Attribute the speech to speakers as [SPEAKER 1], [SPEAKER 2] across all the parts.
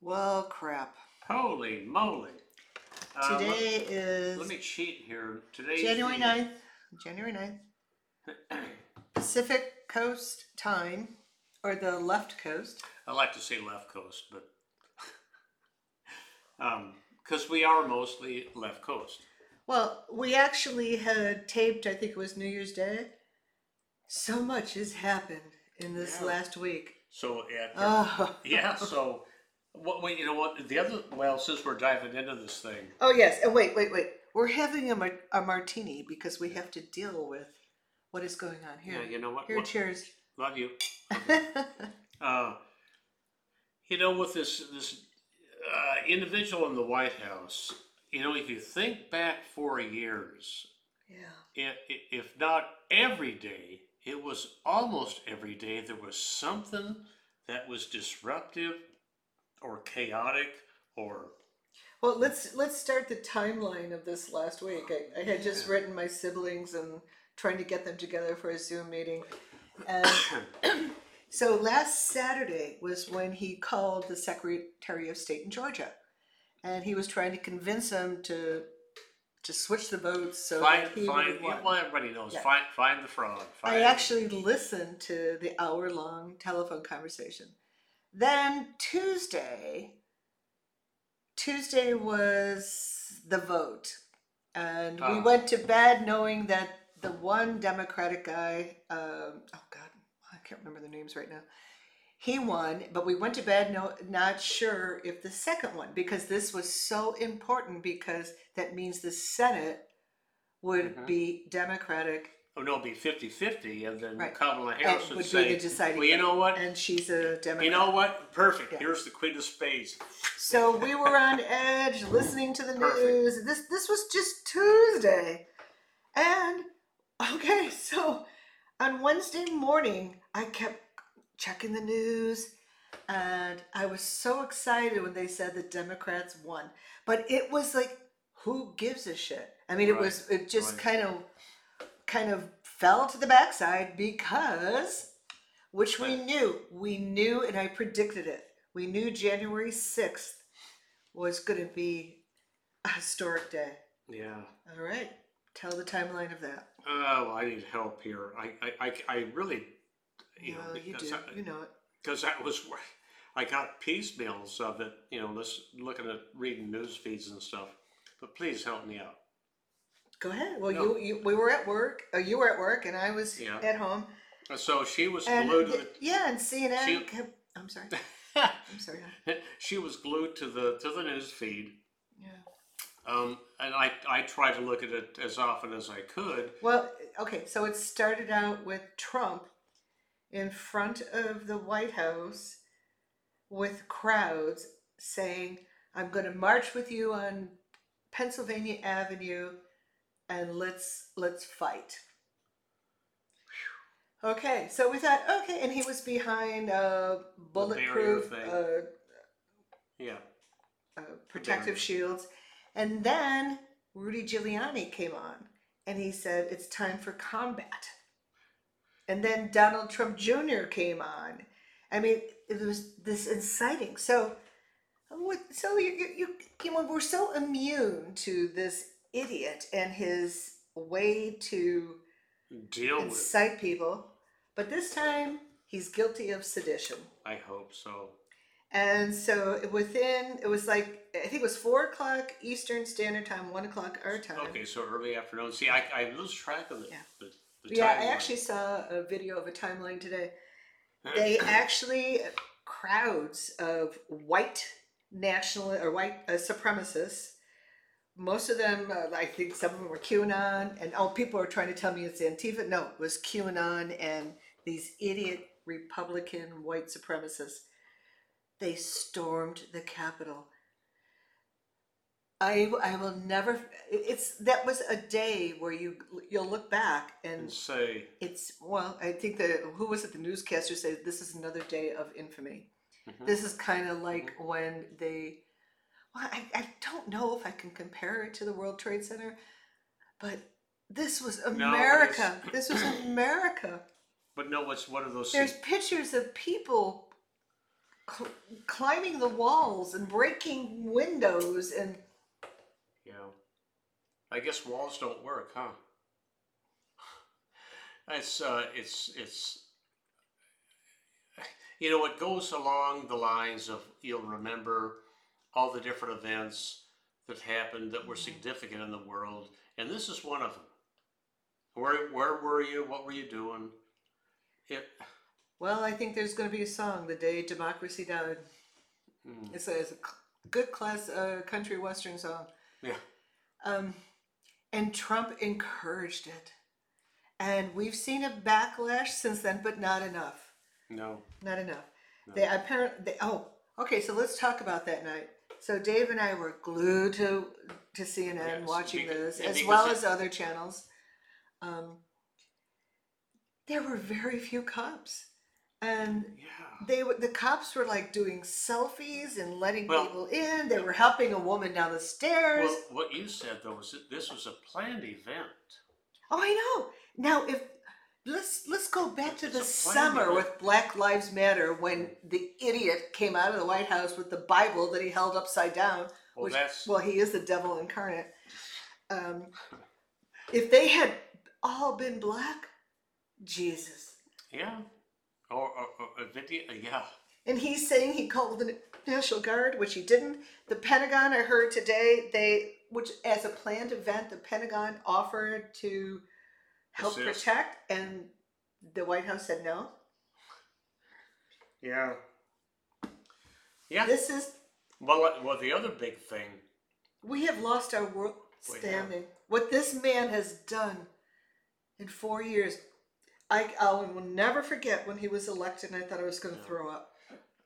[SPEAKER 1] Well, crap.
[SPEAKER 2] Holy moly. Uh, let-
[SPEAKER 1] Today
[SPEAKER 2] Let,
[SPEAKER 1] is
[SPEAKER 2] me cheat here. Today's
[SPEAKER 1] January
[SPEAKER 2] the-
[SPEAKER 1] 9th. January 9th. Pacific Coast time, or the left coast.
[SPEAKER 2] I like to say left coast, but because we are mostly left coast.
[SPEAKER 1] Well, we actually had taped, I think it was New Year's Day. So much has happened in this
[SPEAKER 2] Yeah.
[SPEAKER 1] last week.
[SPEAKER 2] So it,
[SPEAKER 1] Oh.
[SPEAKER 2] yeah. So what? Wait, you know what? The other well, since we're diving into this thing,
[SPEAKER 1] Oh, yes. And wait, wait, wait. We're having a, mar- a martini because we have to deal with what is going on here.
[SPEAKER 2] yeah, you know what?
[SPEAKER 1] Here,
[SPEAKER 2] What-
[SPEAKER 1] cheers.
[SPEAKER 2] Love you. Uh, you know, with this this uh, individual in the White House, you know, if you think back four years,
[SPEAKER 1] yeah.
[SPEAKER 2] i- i- if not every day, it was almost every day there was something that was disruptive or chaotic or
[SPEAKER 1] Well, let's let's start the timeline of this last week. I, I had just written my siblings and trying to get them together for a Zoom meeting, and so last Saturday was when he called the Secretary of State in Georgia, and he was trying to convince him to to switch the votes so
[SPEAKER 2] find
[SPEAKER 1] that he
[SPEAKER 2] find
[SPEAKER 1] would
[SPEAKER 2] yeah,
[SPEAKER 1] win.
[SPEAKER 2] well everybody knows
[SPEAKER 1] Yeah.
[SPEAKER 2] find find the fraud. Find,
[SPEAKER 1] I actually listened to the hour long telephone conversation. Then Tuesday, Tuesday was the vote. And we
[SPEAKER 2] Ah.
[SPEAKER 1] went to bed knowing that the one Democratic guy, um, oh God, I can't remember the names right now, he won, but we went to bed no, not sure if the second one, because this was so important because that means the Senate would
[SPEAKER 2] Mhm.
[SPEAKER 1] be Democratic
[SPEAKER 2] oh no, it'd be 50-50 and then
[SPEAKER 1] Right.
[SPEAKER 2] Kamala
[SPEAKER 1] and
[SPEAKER 2] Harris would
[SPEAKER 1] would be
[SPEAKER 2] say,
[SPEAKER 1] the deciding.
[SPEAKER 2] well, you know what?
[SPEAKER 1] and she's a Democrat.
[SPEAKER 2] You know what? Perfect.
[SPEAKER 1] Yeah.
[SPEAKER 2] Here's the Queen of Spades.
[SPEAKER 1] so we were on edge listening to the
[SPEAKER 2] Perfect.
[SPEAKER 1] news. This this was just Tuesday, and okay, so on Wednesday morning, I kept checking the news, and I was so excited when they said the Democrats won. But it was like, who gives a shit? I mean, it
[SPEAKER 2] Right,
[SPEAKER 1] was it just
[SPEAKER 2] right.
[SPEAKER 1] kind of kind of fell to the backside because which we knew we knew and i predicted it we knew january 6th was going to be a historic day
[SPEAKER 2] Yeah.
[SPEAKER 1] all right tell the timeline of that
[SPEAKER 2] Oh, I need help here. I, I, I, I really, you
[SPEAKER 1] well
[SPEAKER 2] know,
[SPEAKER 1] you
[SPEAKER 2] because
[SPEAKER 1] do
[SPEAKER 2] I-
[SPEAKER 1] you know it
[SPEAKER 2] because that was where I got piecemeals of it, you know, just looking at reading news feeds and stuff. But please help me out.
[SPEAKER 1] go ahead well
[SPEAKER 2] No.
[SPEAKER 1] you, you we were at work uh, you were at work and i was
[SPEAKER 2] Yeah.
[SPEAKER 1] at home
[SPEAKER 2] And So she was
[SPEAKER 1] and
[SPEAKER 2] glued to
[SPEAKER 1] the- yeah and cnn
[SPEAKER 2] She-
[SPEAKER 1] kept, i'm sorry
[SPEAKER 2] the,
[SPEAKER 1] i'm sorry
[SPEAKER 2] she was glued to the to the news feed.
[SPEAKER 1] yeah
[SPEAKER 2] Um, and I, I tried to look at it as often as I could.
[SPEAKER 1] Well, okay, so it started out with Trump in front of the White House with crowds saying, I'm going to march with you on Pennsylvania Avenue and let's let's fight. Okay, so we thought, okay, and he was behind a bulletproof
[SPEAKER 2] thing.
[SPEAKER 1] uh,
[SPEAKER 2] Yeah.
[SPEAKER 1] uh, protective
[SPEAKER 2] Darn.
[SPEAKER 1] shields. And then Rudy Giuliani came on and he said, It's time for combat. And then Donald Trump Jr. came on. I mean, it was this inciting. So, what- so you, you, you, you know, we're so immune to this idiot and his way to
[SPEAKER 2] Deal with
[SPEAKER 1] incite people. But this time, he's guilty of sedition.
[SPEAKER 2] it. I hope so.
[SPEAKER 1] And so within, it was like, I think it was four o'clock Eastern Standard Time, one o'clock our time.
[SPEAKER 2] Okay, so early afternoon. See, I, I lose track of the,
[SPEAKER 1] Yeah.
[SPEAKER 2] the, the
[SPEAKER 1] Yeah, I
[SPEAKER 2] timeline.
[SPEAKER 1] actually saw a video of a timeline today. They actually, crowds of white national or white uh, supremacists, most of them, uh, I think some of them were QAnon, and oh, people are trying to tell me it's Antifa. No, it was QAnon and these idiot Republican white supremacists. They stormed the Capitol. I, I will never. It's that was a day where you you'll look back and
[SPEAKER 2] and say,
[SPEAKER 1] it's well, I think that who was it? The newscaster said this is another day of infamy.
[SPEAKER 2] mhm.
[SPEAKER 1] This is kind of like when they. Well, I, I don't know if I can compare it to the World Trade Center, but this was
[SPEAKER 2] it is-
[SPEAKER 1] America. this was America.
[SPEAKER 2] But no, it's one of those.
[SPEAKER 1] There's pictures of people cl- climbing the walls and breaking windows and
[SPEAKER 2] Yeah. I guess walls don't work, huh? It's uh, it's it's. You know, it goes along the lines of you'll remember all the different events that happened that were significant in the world, and this is one of them. Where where were you? What were you doing? It.
[SPEAKER 1] well, I think there's going to be a song the day democracy died.
[SPEAKER 2] mm,
[SPEAKER 1] It's a, it's a cl- good class uh, country western song.
[SPEAKER 2] Yeah.
[SPEAKER 1] Um, and Trump encouraged it, and we've seen a backlash since then, but not enough.
[SPEAKER 2] No.
[SPEAKER 1] Not enough.
[SPEAKER 2] No.
[SPEAKER 1] They apparently they, oh okay. So let's talk about that night. So Dave and I were glued to to CNN
[SPEAKER 2] Yes,
[SPEAKER 1] watching
[SPEAKER 2] beca-
[SPEAKER 1] this
[SPEAKER 2] yeah,
[SPEAKER 1] as
[SPEAKER 2] because
[SPEAKER 1] well
[SPEAKER 2] it-
[SPEAKER 1] as other channels. Um, there were very few cops, and
[SPEAKER 2] Yeah.
[SPEAKER 1] they were, the cops were like doing selfies and letting
[SPEAKER 2] Well-
[SPEAKER 1] people in. They were helping a woman down the stairs.
[SPEAKER 2] Well, what you said though was that this was a planned event.
[SPEAKER 1] oh, I know. Now if let's let's go back to
[SPEAKER 2] It's
[SPEAKER 1] the
[SPEAKER 2] a plan,
[SPEAKER 1] summer
[SPEAKER 2] yeah.
[SPEAKER 1] with Black Lives Matter when the idiot came out of the White House with the Bible that he held upside down.
[SPEAKER 2] Well,
[SPEAKER 1] Which-
[SPEAKER 2] that's
[SPEAKER 1] Well, he is the devil incarnate. Um, if they had all been black, Jesus.
[SPEAKER 2] yeah. Oh, Or, or, or a video, uh, yeah.
[SPEAKER 1] And he's saying he called the National Guard, which he didn't. The Pentagon, I heard today, they, which as a planned event, the Pentagon offered to help
[SPEAKER 2] Assist.
[SPEAKER 1] protect, and the White House said no.
[SPEAKER 2] Yeah. Yeah.
[SPEAKER 1] This is,
[SPEAKER 2] Well, uh, well, the other big thing,
[SPEAKER 1] we have lost our world
[SPEAKER 2] We have.
[SPEAKER 1] standing. What this man has done in four years, I, I will never forget when he was elected, and I thought I was going to
[SPEAKER 2] Yeah.
[SPEAKER 1] throw up.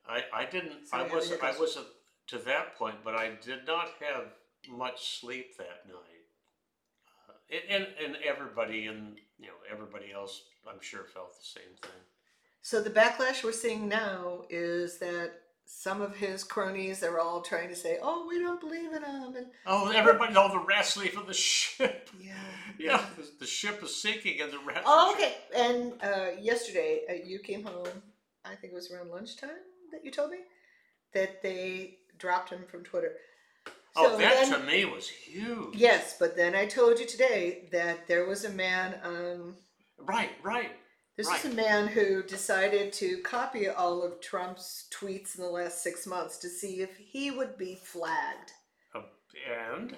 [SPEAKER 2] I, I didn't,
[SPEAKER 1] So
[SPEAKER 2] I
[SPEAKER 1] you have
[SPEAKER 2] wasn't, I
[SPEAKER 1] hiccups.
[SPEAKER 2] wasn't to that point, but I did not have much sleep that night. Uh, and- and, and everybody and, you know, everybody else, I'm sure felt the same thing.
[SPEAKER 1] So the backlash we're seeing now is that some of his cronies are all trying to say, "Oh, we don't believe in him," and
[SPEAKER 2] Oh, everybody, all the rats leaving the ship.
[SPEAKER 1] yeah.
[SPEAKER 2] Yeah, the- the ship is sinking and the rats.
[SPEAKER 1] Oh,
[SPEAKER 2] are-
[SPEAKER 1] okay. And uh, yesterday uh, you came home. I think it was around lunchtime that you told me that they dropped him from Twitter.
[SPEAKER 2] Oh,
[SPEAKER 1] So
[SPEAKER 2] that
[SPEAKER 1] then-
[SPEAKER 2] to me was huge.
[SPEAKER 1] yes, but then I told you today that there was a man. Um,
[SPEAKER 2] Right, right.
[SPEAKER 1] This
[SPEAKER 2] Right.
[SPEAKER 1] is a man who decided to copy all of Trump's tweets in the last six months to see if he would be flagged.
[SPEAKER 2] Uh, and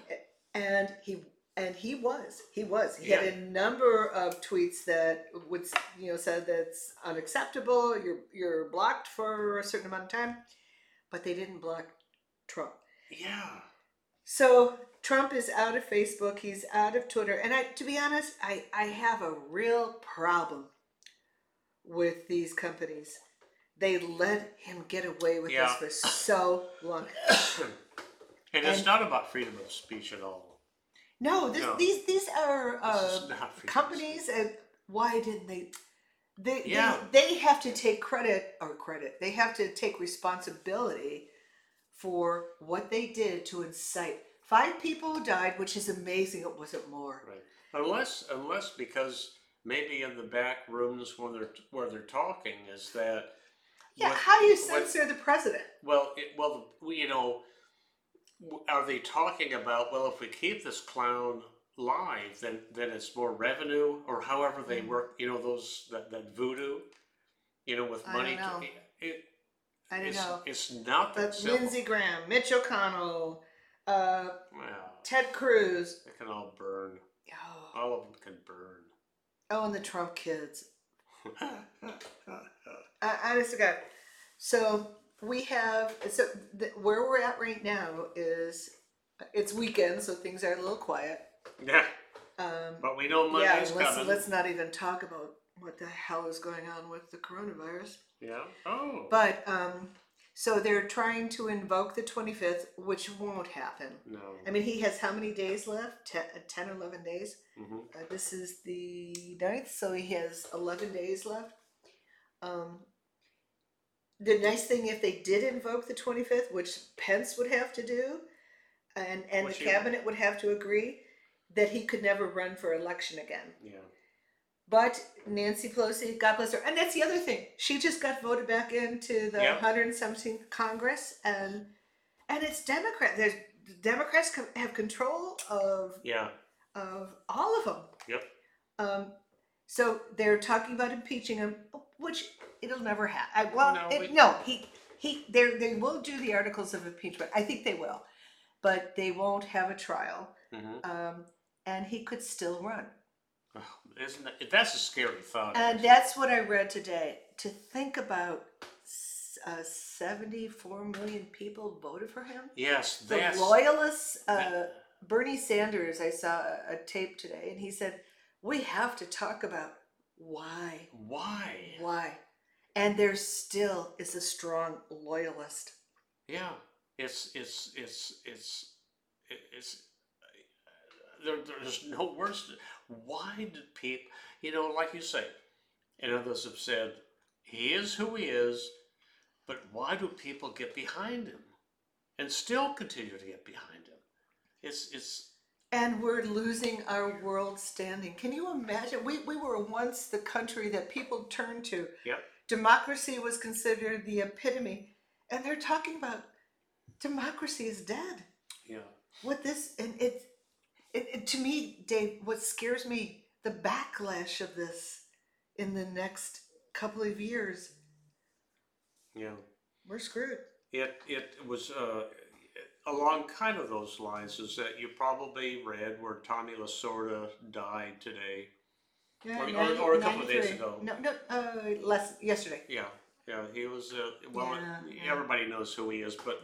[SPEAKER 1] and he and he was he was he
[SPEAKER 2] Yeah.
[SPEAKER 1] had a number of tweets that would you know said that's unacceptable you're you're blocked for a certain amount of time but they didn't block trump
[SPEAKER 2] yeah,
[SPEAKER 1] so trump is out of facebook he's out of twitter and i to be honest i i have a real problem with these companies they let him get away with
[SPEAKER 2] Yeah.
[SPEAKER 1] this for so long
[SPEAKER 2] and it's
[SPEAKER 1] And-
[SPEAKER 2] not about freedom of speech at all.
[SPEAKER 1] no, this,
[SPEAKER 2] No.
[SPEAKER 1] these these are uh,
[SPEAKER 2] This is not freedom of
[SPEAKER 1] companies and why didn't they they,
[SPEAKER 2] Yeah.
[SPEAKER 1] they they have to take credit or credit they have to take responsibility for what they did to incite five people died which is amazing it wasn't more
[SPEAKER 2] Right. Unless, unless because maybe in the back rooms when they're where they're talking is that.
[SPEAKER 1] yeah
[SPEAKER 2] what-
[SPEAKER 1] how do you
[SPEAKER 2] what-
[SPEAKER 1] censor the president
[SPEAKER 2] well, it, well, you know, are they talking about well, if we keep this clown live, then then it's more revenue or however they
[SPEAKER 1] Mhm.
[SPEAKER 2] work. You know, those that, that voodoo. You know, with
[SPEAKER 1] I
[SPEAKER 2] money.
[SPEAKER 1] don't
[SPEAKER 2] to,
[SPEAKER 1] know.
[SPEAKER 2] it,
[SPEAKER 1] i don't
[SPEAKER 2] it's,
[SPEAKER 1] know
[SPEAKER 2] it's not that
[SPEAKER 1] but
[SPEAKER 2] simple.
[SPEAKER 1] lindsey graham mitch o'connell uh,
[SPEAKER 2] Well,
[SPEAKER 1] ted cruz
[SPEAKER 2] They can all burn.
[SPEAKER 1] oh,
[SPEAKER 2] All of them can burn.
[SPEAKER 1] oh and the trump kids Uh, honest to God. So we have so th- where we're at right now is it's weekend, so things are a little quiet.
[SPEAKER 2] yeah,
[SPEAKER 1] Um,
[SPEAKER 2] but we know
[SPEAKER 1] yeah,
[SPEAKER 2] Monday's
[SPEAKER 1] let's,
[SPEAKER 2] coming.
[SPEAKER 1] let's not even talk about what the hell is going on with the coronavirus.
[SPEAKER 2] Yeah. Oh.
[SPEAKER 1] But um, so they're trying to invoke the 25th, which won't happen.
[SPEAKER 2] no.
[SPEAKER 1] I mean, he has how many days left? 10, uh, 10 or 11 days?
[SPEAKER 2] Mhm.
[SPEAKER 1] Uh, this is the 9th, so he has 11 days left. Um, the nice thing, if they did invoke the 25th, which Pence would have to do, and, and the
[SPEAKER 2] Which he-
[SPEAKER 1] cabinet would have to agree, that he could never run for election again.
[SPEAKER 2] Yeah.
[SPEAKER 1] But Nancy Pelosi, God bless her, and that's the other thing. She just got voted back into the
[SPEAKER 2] Yeah.
[SPEAKER 1] 117th Congress, and and it's Democrat. There's Democrats co- have control of
[SPEAKER 2] Yeah.
[SPEAKER 1] of all of them.
[SPEAKER 2] Yep.
[SPEAKER 1] Um, so they're talking about impeaching him, which it'll never happen. Well,
[SPEAKER 2] No,
[SPEAKER 1] no, it,
[SPEAKER 2] we-
[SPEAKER 1] no, he he. They they will do the articles of impeachment. I think they will, but they won't have a trial,
[SPEAKER 2] hmm
[SPEAKER 1] um, and he could still run.
[SPEAKER 2] Oh, Isn't that, that's a scary
[SPEAKER 1] And
[SPEAKER 2] thought. actually.
[SPEAKER 1] that's what I read today. To think about s- uh, 74 million people voted for him.
[SPEAKER 2] yes,
[SPEAKER 1] The
[SPEAKER 2] that's
[SPEAKER 1] loyalists, uh,
[SPEAKER 2] that-
[SPEAKER 1] Bernie Sanders, I saw a, a tape today, and he said, We have to talk about why,
[SPEAKER 2] why.
[SPEAKER 1] why. And there still is a strong loyalist.
[SPEAKER 2] Yeah, it's it's it's it's it's there, there's no words. to- Why did people? You know, like you say, and others have said, he is who he is, but why do people get behind him, and still continue to get behind him? It's it's
[SPEAKER 1] And we're losing our world standing. Can you imagine? We, we were once the country that people turned to
[SPEAKER 2] yep.
[SPEAKER 1] democracy was considered the epitome and they're talking about democracy is dead
[SPEAKER 2] Yeah,
[SPEAKER 1] what this and it, it, it to me dave what scares me the backlash of this in the next couple of years
[SPEAKER 2] yeah.
[SPEAKER 1] we're screwed
[SPEAKER 2] It, it was uh, along kind of those lines is that you probably read where Tommy Lasorda died today. Or- or- or a couple of days
[SPEAKER 1] 93.
[SPEAKER 2] ago.
[SPEAKER 1] no no uh less yesterday
[SPEAKER 2] Yeah, yeah, he was. Uh, well,
[SPEAKER 1] Yeah, yeah.
[SPEAKER 2] everybody knows who he is, but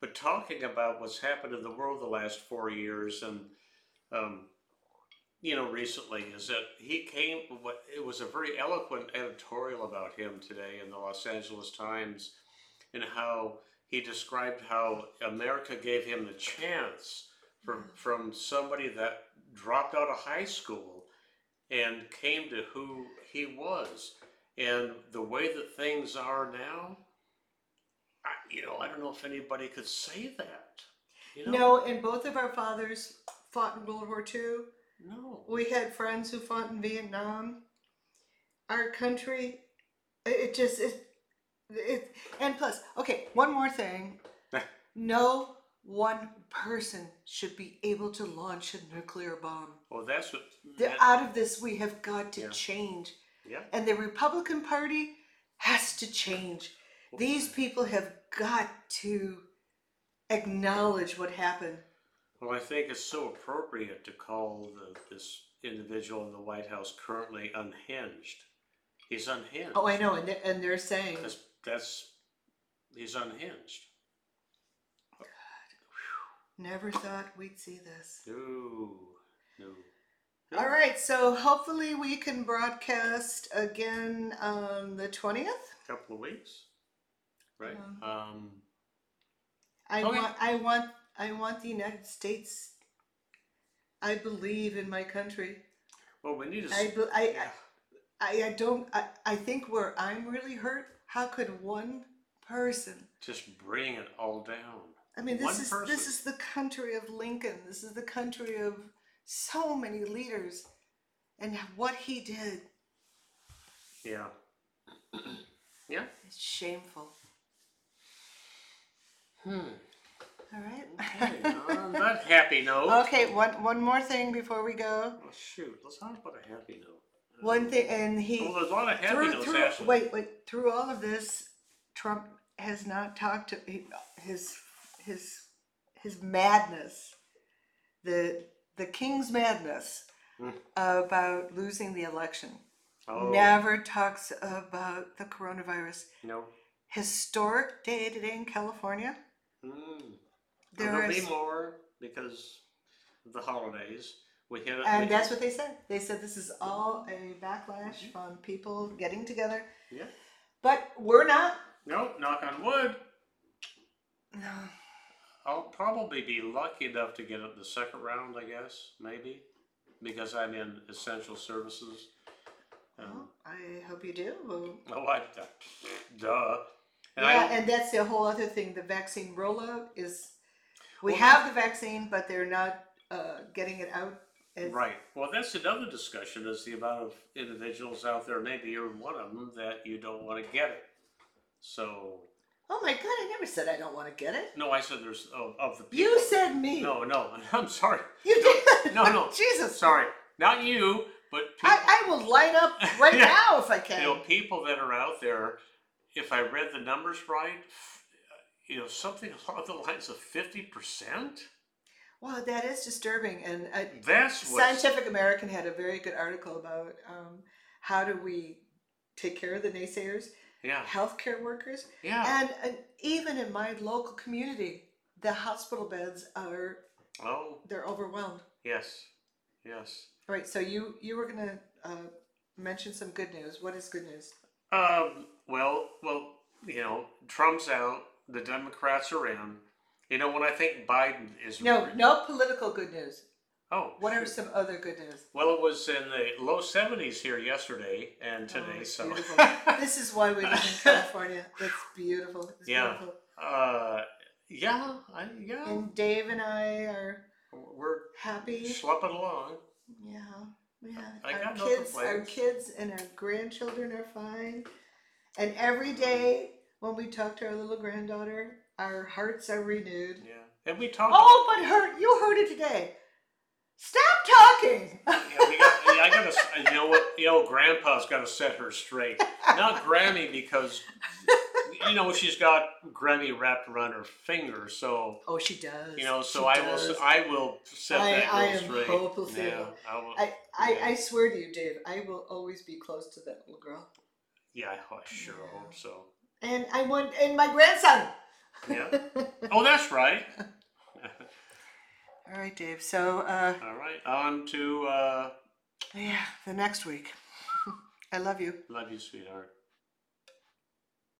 [SPEAKER 2] but talking about what's happened in the world the last four years and um, you know recently is that he came. What it was a very eloquent editorial about him today in the Los Angeles Times, and how he described how America gave him the chance from from somebody that dropped out of high school and came to who he was and the way that things are now I, you know i don't know if anybody could say that you know?
[SPEAKER 1] no and both of our fathers fought in world war ii
[SPEAKER 2] no
[SPEAKER 1] we had friends who fought in Vietnam. Our country, it- it just it, it and plus, okay, one more thing.
[SPEAKER 2] Eh.
[SPEAKER 1] no one person should be able to launch a nuclear bomb.
[SPEAKER 2] well that's what
[SPEAKER 1] The, uh,
[SPEAKER 2] that-
[SPEAKER 1] out of this, we have got to
[SPEAKER 2] Yeah.
[SPEAKER 1] change,
[SPEAKER 2] yeah
[SPEAKER 1] and the Republican Party has to change. These people have got to acknowledge what happened.
[SPEAKER 2] well i think it's so appropriate to call the, this individual in the white house currently unhinged he's unhinged
[SPEAKER 1] Oh, I know, and they're, and they're saying
[SPEAKER 2] that's, that's he's unhinged
[SPEAKER 1] never thought we'd see this.
[SPEAKER 2] no no
[SPEAKER 1] All right, so hopefully we can broadcast again on the 20th.
[SPEAKER 2] couple of weeks right
[SPEAKER 1] Um,
[SPEAKER 2] um
[SPEAKER 1] I
[SPEAKER 2] Okay.
[SPEAKER 1] want I want I want the United States I believe in my country.
[SPEAKER 2] well we need to
[SPEAKER 1] I
[SPEAKER 2] s-
[SPEAKER 1] be- I,
[SPEAKER 2] yeah.
[SPEAKER 1] I, I don't I, I think where I'm really hurt, how could one person
[SPEAKER 2] just bring it all down.
[SPEAKER 1] I mean this
[SPEAKER 2] One
[SPEAKER 1] is
[SPEAKER 2] person.
[SPEAKER 1] this is the country of Lincoln. This is the country of so many leaders and what he did
[SPEAKER 2] Yeah. yeah.
[SPEAKER 1] is shameful.
[SPEAKER 2] Hmm.
[SPEAKER 1] All right.
[SPEAKER 2] Okay. on that happy note.
[SPEAKER 1] Okay, one one more thing before we go.
[SPEAKER 2] Oh, shoot. Let's talk about a happy note.
[SPEAKER 1] One thing, and
[SPEAKER 2] Well,
[SPEAKER 1] he
[SPEAKER 2] there's a lot of happy
[SPEAKER 1] through,
[SPEAKER 2] notes
[SPEAKER 1] through
[SPEAKER 2] actually.
[SPEAKER 1] wait wait through all of this, Trump has not talked to he, his his his madness, the the king's madness
[SPEAKER 2] Hmm.
[SPEAKER 1] about losing the election.
[SPEAKER 2] Oh,
[SPEAKER 1] Never talks about the coronavirus.
[SPEAKER 2] No.
[SPEAKER 1] Historic day today in California.
[SPEAKER 2] Mm.
[SPEAKER 1] There
[SPEAKER 2] There'll be
[SPEAKER 1] is-
[SPEAKER 2] more because of the holidays. We hit. we-
[SPEAKER 1] And that's what they said. They said this is all a
[SPEAKER 2] Mm-hmm.
[SPEAKER 1] backlash from people getting together.
[SPEAKER 2] Yeah.
[SPEAKER 1] But we're not.
[SPEAKER 2] No. Knock on wood.
[SPEAKER 1] No.
[SPEAKER 2] Oh. I'll probably be lucky enough to get up the second round, I guess, maybe, because I'm in essential services. Um,
[SPEAKER 1] Well, I hope you do. Well,
[SPEAKER 2] Oh, I, duh. And
[SPEAKER 1] yeah,
[SPEAKER 2] I,
[SPEAKER 1] and that's the whole other thing. The vaccine rollout is we
[SPEAKER 2] Well-
[SPEAKER 1] have the vaccine, but they're not uh, getting it out It's-
[SPEAKER 2] Right. Well, that's another discussion is the amount of individuals out there, maybe you're one of them, that you don't want to get it. So,
[SPEAKER 1] Oh my God, I never said I don't want to get it.
[SPEAKER 2] no, I said there's of, of the people.
[SPEAKER 1] You said me.
[SPEAKER 2] No, no, I'm sorry.
[SPEAKER 1] You did. Oh,
[SPEAKER 2] No, no.
[SPEAKER 1] Jesus.
[SPEAKER 2] Sorry. Not you, but people,
[SPEAKER 1] I, I will light up right
[SPEAKER 2] Yeah.
[SPEAKER 1] now if I
[SPEAKER 2] you know,
[SPEAKER 1] can.
[SPEAKER 2] people that are out there, if I read the numbers right, f- you know, something along the lines of 50%?
[SPEAKER 1] Wow, that is disturbing. And uh,
[SPEAKER 2] That's what.
[SPEAKER 1] Scientific American had a very good article about um, how do we take care of the naysayers,
[SPEAKER 2] Yeah,
[SPEAKER 1] healthcare workers,
[SPEAKER 2] yeah.
[SPEAKER 1] and, and even in my local community, the hospital beds are
[SPEAKER 2] Oh,
[SPEAKER 1] they're overwhelmed.
[SPEAKER 2] yes, yes.
[SPEAKER 1] All right, so you you were gonna uh, mention some good news. What is good news?
[SPEAKER 2] Um, well, well, you know, Trump's out, the Democrats are in. You know, when I think Biden is
[SPEAKER 1] No, no political good news.
[SPEAKER 2] Oh,
[SPEAKER 1] What are
[SPEAKER 2] shoot.
[SPEAKER 1] some other good news?
[SPEAKER 2] Well, it was in the low 70s here yesterday and
[SPEAKER 1] Oh,
[SPEAKER 2] today,
[SPEAKER 1] it's
[SPEAKER 2] so
[SPEAKER 1] beautiful. this is why we live in California. It's beautiful. It's
[SPEAKER 2] Yeah.
[SPEAKER 1] beautiful.
[SPEAKER 2] uh, yeah, I, yeah,
[SPEAKER 1] And Dave and I are
[SPEAKER 2] we're
[SPEAKER 1] happy.
[SPEAKER 2] schlepping along.
[SPEAKER 1] Yeah, yeah.
[SPEAKER 2] I
[SPEAKER 1] our
[SPEAKER 2] got no
[SPEAKER 1] kids, our
[SPEAKER 2] complaints.
[SPEAKER 1] kids, and our grandchildren are fine. And every day when we talk to our little granddaughter, our hearts are renewed.
[SPEAKER 2] Yeah, and we talked.
[SPEAKER 1] Oh, but her, you heard it today. Stop talking.
[SPEAKER 2] Yeah, we got. yeah, I gotta. You know what? You know, Grandpa's gotta set her straight. Not Grammy because, you know, she's got Grammy wrapped around her finger, so.
[SPEAKER 1] oh, she does.
[SPEAKER 2] You know, so
[SPEAKER 1] She
[SPEAKER 2] I
[SPEAKER 1] does.
[SPEAKER 2] will. I will set
[SPEAKER 1] I-
[SPEAKER 2] that
[SPEAKER 1] I
[SPEAKER 2] girl
[SPEAKER 1] am
[SPEAKER 2] straight.
[SPEAKER 1] hopeless
[SPEAKER 2] yeah,
[SPEAKER 1] able.
[SPEAKER 2] I will,
[SPEAKER 1] I, I,
[SPEAKER 2] Yeah.
[SPEAKER 1] I swear to you, Dave, I will always be close to that little girl.
[SPEAKER 2] yeah, I I sure
[SPEAKER 1] Yeah.
[SPEAKER 2] hope so.
[SPEAKER 1] And I want, and my grandson.
[SPEAKER 2] Yeah. oh, that's right.
[SPEAKER 1] All right, Dave. So, uh,
[SPEAKER 2] All right. On to uh,
[SPEAKER 1] yeah, the next week. I love you.
[SPEAKER 2] love you, sweetheart.